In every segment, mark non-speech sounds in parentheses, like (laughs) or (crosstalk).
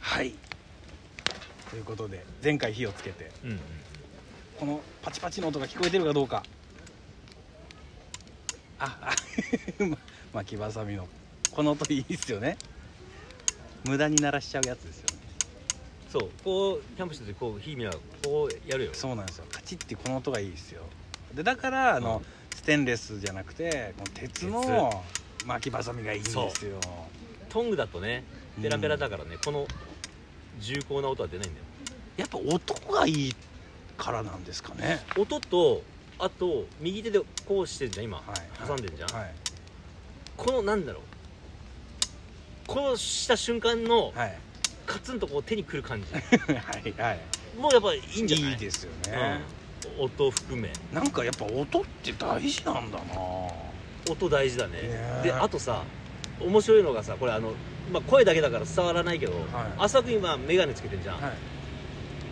はいということで前回火をつけてうんうんこのパチパチの音が聞こえてるかどうかあ (laughs) あま巻きばさみのこの音いいっすよね無駄に鳴らしちゃうやつですよねそうこうキャンプしててこう火見ながらこうやるよそうなんですよカチッてこの音がいいですよでだからあの、うんステンレスじゃなくてこの鉄の巻きばさみがいいんですよそトングだとねペラペラだからね、この重厚な音は出ないんだよやっぱ音がいいからなんですかね音とあと右手でこうしてんじゃん今、はい挟んでんじゃん、はいこのなんだろうこうした瞬間のはい (laughs) カツンとこう手にくる感じはいはいもうやっぱいいんじゃないいですよね、うん音含めなんかやっぱ音って大事なんだな音大事だねねであとさ面白いのがさこれあの、まあ、声だけだから伝わらないけど、はい浅く今眼鏡つけてんじゃん、はい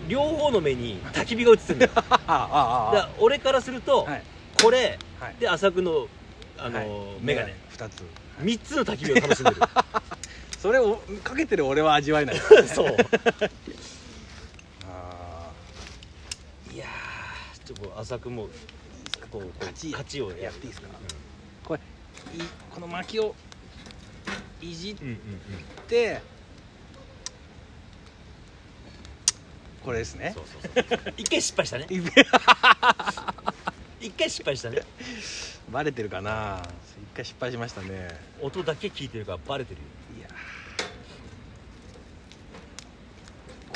両方の目に焚き火が映ってんだよだかあ (laughs) ああら俺からすると、はいこれはいで浅くのあの、はい眼鏡二つ3つの焚き火を楽しんでるそれをかけてる俺は味わえ (laughs) ないそうあ (laughs) いやーちょっとこう浅くもあこうこう勝ち勝ちをややるっていいですかうこれいこの薪をいじっんうんうんてこれですうんねそうそうそう一回失敗したね (laughs) 一回失敗したねバレてるかな一回失敗しましたね音だけ聞いてるからバレてるよいや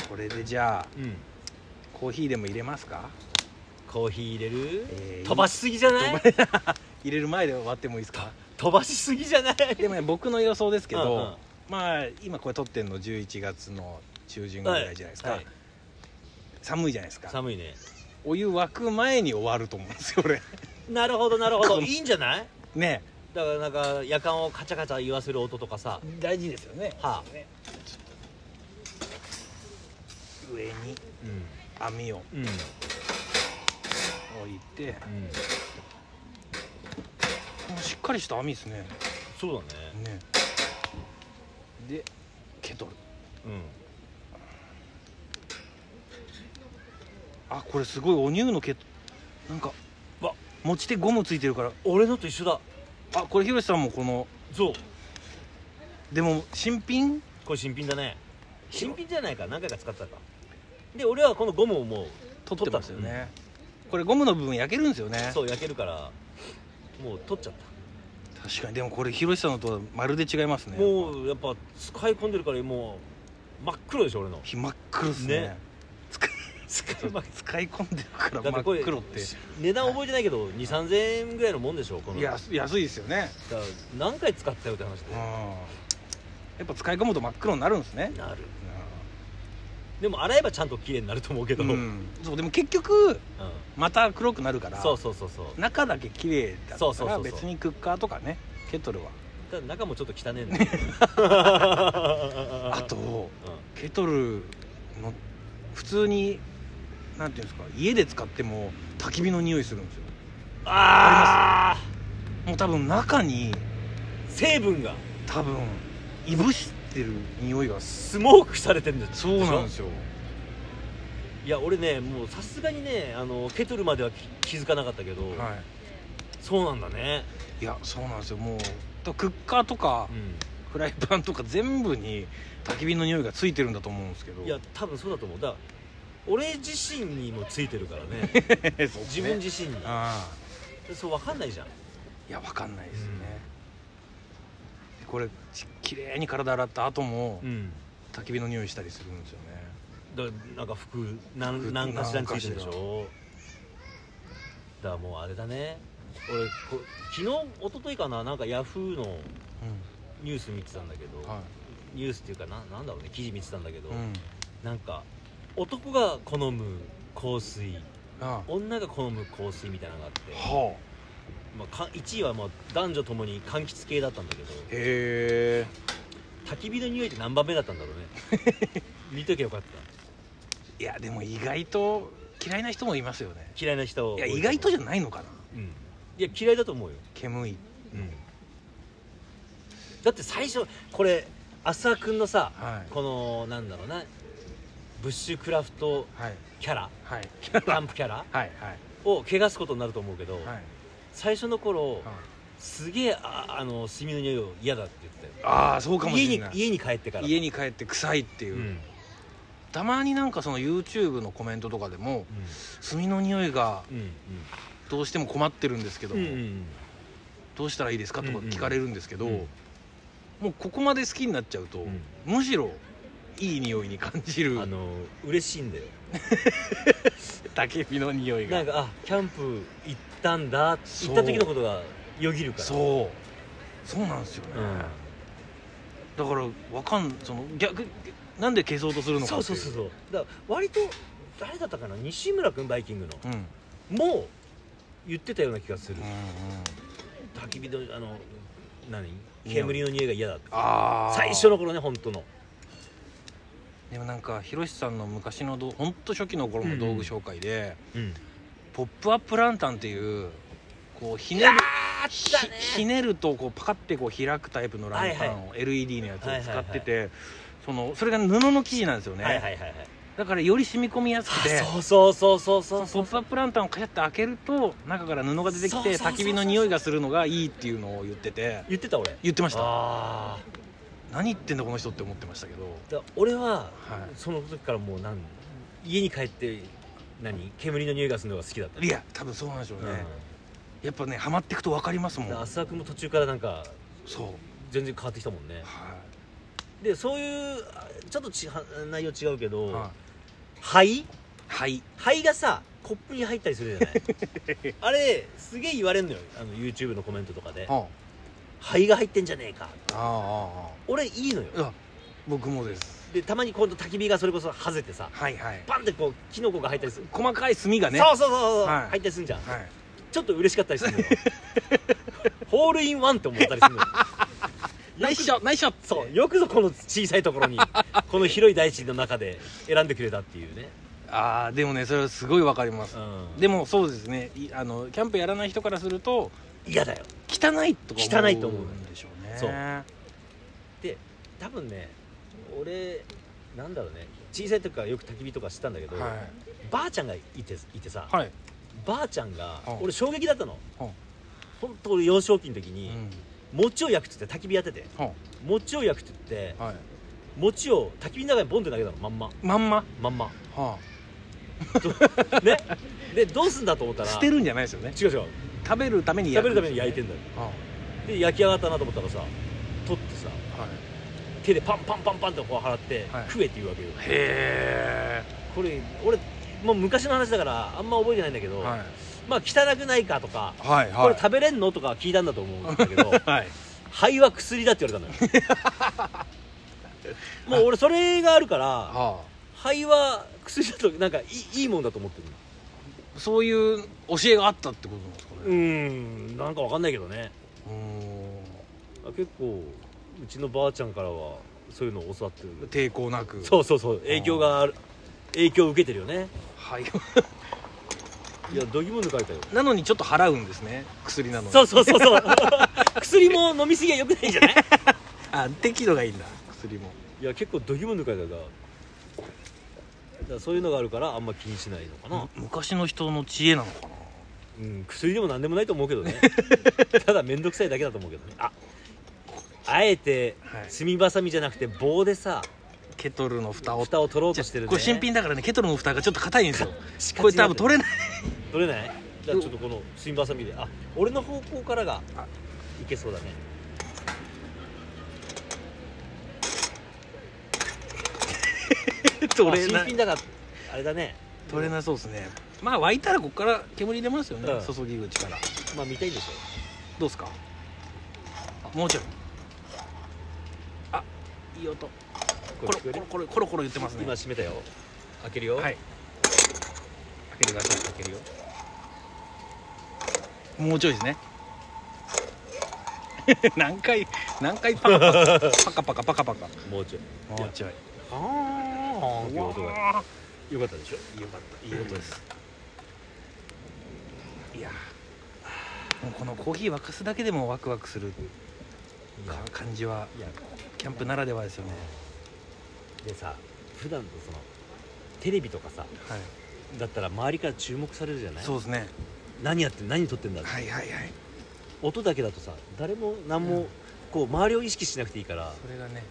これでじゃあうんコーヒーでも入れますかコーヒー入れる、えー飛ばしすぎじゃない飛ば (laughs) 入れる前で終わってもいいですか飛ばしすぎじゃないでもね僕の予想ですけど、うんうんまあ今これ撮ってんの11月の中旬ぐらいじゃないですか、はい寒いじゃないですか寒いねお湯沸く前に終わると思うんですよ (laughs) 俺なるほどなるほどこのいいんじゃないねだからなんか夜間をカチャカチャ言わせる音とかさ大事ですよねはあ上にう網をんうん置いてこのしっかりした網ですねそうだねねでケトルうんあこれすごいお乳のケトなんかわ持ち手ゴムついてるから俺のと一緒だあこれひろしさんもこのそうでも新品これ新品だね新品じゃないか何回か使ってたかで俺はこのゴムをもう取ってますよね、これゴムの部分焼けるんですよねそう焼けるからもう取っちゃっ確かにでもこれひろしさんのとはまるで違いますたねうもうやっぱ使い込んでるからもう真っ黒でしょ俺の真っ黒っすねね使い使いまく使い込んでるからだ真っってこれ黒って値段覚えてないけど2 3 0 0 0円ぐらいのもんでしょこのいや安いですよねだから何回使ったよって話うんでやっぱ使い込むと真っ黒になるんですねなるでも洗えばちゃんと綺麗になると思うけど、ううんんそうでも結局うんまた黒くなるからそうそうそうそう中だけ綺麗だそうったそうそうらそう別にクッカーとかねケトルはただ中もちょっと汚ねえん (laughs) だけどああとうんケトルの普通になんていうんですか家で使っても焚き火の匂いするんですよあもう多分中にー成分が多分いぶしてる匂いがすスモークされてんだよそうなんですよいや俺ねもうさすがにねあのケトルまではき気づかなかったけど、はそうなんだね、いいやそうなんですよもう多分クッカーとかうフライパンとか全部に焚き火の匂いがついてるんだと思うんですけど (laughs) ん、いや多分そうだと思うだから俺自身にもついてるから (laughs) ねそう自分自身にああそう分かんないじゃんいやわかんないですよね、でこれち綺麗に体洗った後もうん焚き火の匂いしたりするんですよねだなんか服服何何かしらについてるでし何かょだからもうあれだね俺こ昨日一昨日かななんかヤフーのニュース見てたんだけど、うんはニュースっていうかななんだろうね記事見てたんだけど、い、うん、なんか男が好む香水あ女が好む香水みたいなのがあってあ、はあまあ、か1位はまあ男女ともに柑橘系だったんだけどへえ焚き火の匂いって何番目だったんだろうね (laughs) 見ときゃよかったいやでも意外と嫌いな人もいますよね嫌いな人いや意外とじゃない、ないのかなうん、いや嫌いだと思うよ煙だって最初これ浅くんのさ、はいこのなんだろうなブッシュクラフトはいキ (laughs) ャラはいランプキャラはいを汚すことになると思うけど、はいはい最初の頃すげえああの炭の匂いを嫌だって言ってたよああそうかもし家れにない家に帰ってから家に帰って臭いっていうう、ん、うんたまになんかその YouTube のコメントとかでも炭の匂いがうんどうしても困ってるんですけど、うんうんどうしたらいいですかとか聞かれるんですけど、うんもうここまで好きになっちゃうと、うんむしろいい匂いに感じうるんあの嬉しいんだよ (laughs) 焚き火の匂いなんがかあキャンプ行ったんだ行そうった時のことがよぎるからう、そうそうなんですよね、ん、だからわかんその逆なんで消そうとするのかそってうそいうそうそうだから割と誰だったかな西村君バイキングのうん、うんもう言ってたような気がするうん、焚き火のあの何煙の匂いが嫌だってああ最初の頃ね本当のでもなんかひろしさんの昔のどほんと初期の頃の道具紹介で、うんポップアップランタンっていうこうひねるあっひたねひねるとこうパカってこう開くタイプのランタンを LED のやつを使っててそのそれが布の生地なんですよね、はいはいはいはいだからより染み込みやすくてあそうそうそそうそうのそポうップアップランタンをカチャッて開けると中から布が出てそきうそうてそうそう焚き火の匂いがするのがいいっていうのを言ってて言ってた俺言ってましたああ何言ってんだこの人って思ってましたけどだから俺ははその時からもう何家に帰って何煙の匂いがするのが好きだったいいや多分そうなんでしょううんね、やっぱねハマっていくと分かりますもだからん浅くも途中からなんかそう全然変わってきたもんねはでそういうあちょっとちは内容違うけいど、はい灰はい灰がさコップに入ったりするじゃない (laughs) あれすげえ言われんのよあの YouTube のコメントとかであ灰が入ってんじゃねえかああ俺いいのよあああ僕もですでたまに今度焚き火がそれこそはぜてさはいはいバンってこうキノコが入ったりする、細かい炭がねそうそうそうそう、はい入ったりするじゃんはいちょっと嬉しかったりするの (laughs) よホールインワンって思ったりするのよナイスショットナイスショットそうよくぞこの小さいところにこの広い大地の中で選んでくれたっていうね、ああでもねそれはすごい分かりますうん、でもそうですねいあのキャンプやらない人からすると嫌だよ汚いとか汚いと思うんでしょうねそうはで多分ね俺なんだろうね小さい時からよく焚き火とかしてたんだけいど、ばあちゃんがいていてさ、はいばあちゃんがうん俺衝撃だったのうん本当俺幼少期の時うに、ん餅を焼くって言って焚き火やってては餅を焼くって言ってあはい餅を焚き火の中にボンって投げたのまんままんままんま (laughs) はねでどうすんだと思ったあら捨てるんじゃないですよね違う違う食べるために食焼べくるために焼いてんだよはで焼き上がったなと思ったらさ取ってさあはい手でパンパンパンパンってこう払って、はい食えって言うわけよへこれ俺もう昔の話だからあんま覚えてないんだけど、えはいまあ汚くないかとか、はいこれ食べれんのとか聞いたんだと思うんだけ (laughs) どはい肺は薬だって言われた (laughs) のよもう俺それがあるからは肺は薬だとなんかいいいいもんだと思ってるあそういう教えがあったってことなんですかうーねんなんかわかんないけどねう結構うちのばあちゃんからはそういうのを教わってーんる抵抗なくそうそうそう影響がある影響を受けてるよねはい (laughs) いや度肝抜かれたよなのにちょっと払うんですね薬なのにそうそうそうそう (laughs) 薬も飲みすぎはよくないんじゃないあ適度がいいんだ薬もいや結構度肝抜かれたがだからそういうのがあるからあんま気にしないのかな、む昔の人の知恵なのかなうん薬でも何でもないと思う (laughs) けどねただ面倒くさいだけだと思うけどねああえてはい炭ばさみじゃなくて棒でさケトルの蓋を蓋を取ろうとしてるねこれ新品だからねケトルの蓋がちょっと硬いんですよしかこちれに多なって分取れるない取れないじゃあちょっとこの炭ばさみであ俺の方向からがあいけそうだねあ取れ新な品だからあれだね取れなそうですねまあ沸いたらここから煙出ますよね、うん注ぎ口からまあ見たいんでしょどうですかあもうちょいあいい音コロ聞こえコロコロるコロコロ言ってますね今閉めたよ開けるよ、はい開けてください開けるよもうちょいですね (laughs) 何回何回パカパカパカパカパカパカもうちょいもうちょいああうわよーかったでしょよかったいい音です、いやーもうこのコーヒー沸かすだけでもワクワクするいやか感じはいやキャンプならではですよねでさ普段とそのテレビとかさはいだったら周りから注目されるじゃないそうですね何やって何撮ってんだって、はいはいはい音だけだとさ誰も何も、うんこう周りを意識しなくていいからそれがね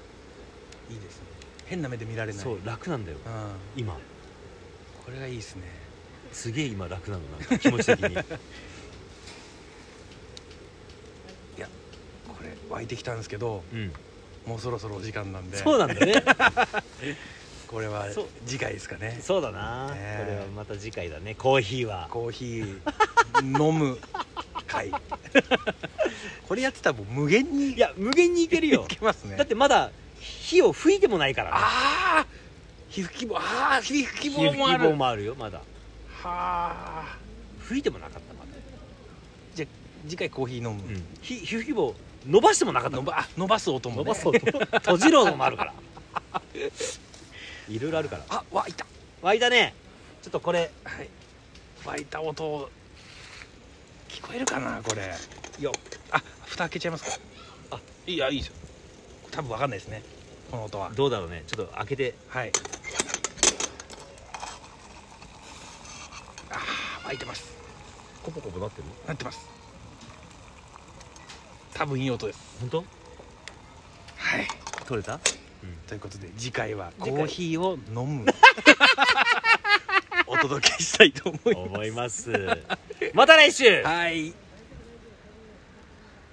いいですね変な目で見られないそううん、楽なんだよこ今れがいいですねすげえ今楽なの (laughs) なんか気持ち的にこれ湧いてきたんですけどうんもうそろそろお時間なんでそうなんだねこれはそう次回ですかねそうだな、ねえこれはまた次回だねコーヒーはコーヒー飲む会これやってたらもう無限にいや無限にいけるよいけますねだってまだ火を吹いてもないからねああ皮膚希望ああ皮膚希火望吹もあきる棒もあるよまだはあ吹いてもなかったまだ、じゃあ次回コーヒー飲む、うん、火火吹き棒伸ばしてもなかった伸ばあ伸ばす音も、ね、伸ばそうと閉じるのもあるからいろいろあるからあ湧いた湧いたねちょっとこれはい湧いた音聞こえるかなこれよあ蓋開けちゃいますかあいやいいですよ多分わかんないですねこの音はどうだろうねちょっと開けてはいあー湧いてますコポコポなってるなってます多分いい音です本当はい取れたということで次回はコ次回ーヒーを飲 (laughs) むお届けしたいと思います (laughs) 思いますまた来週はい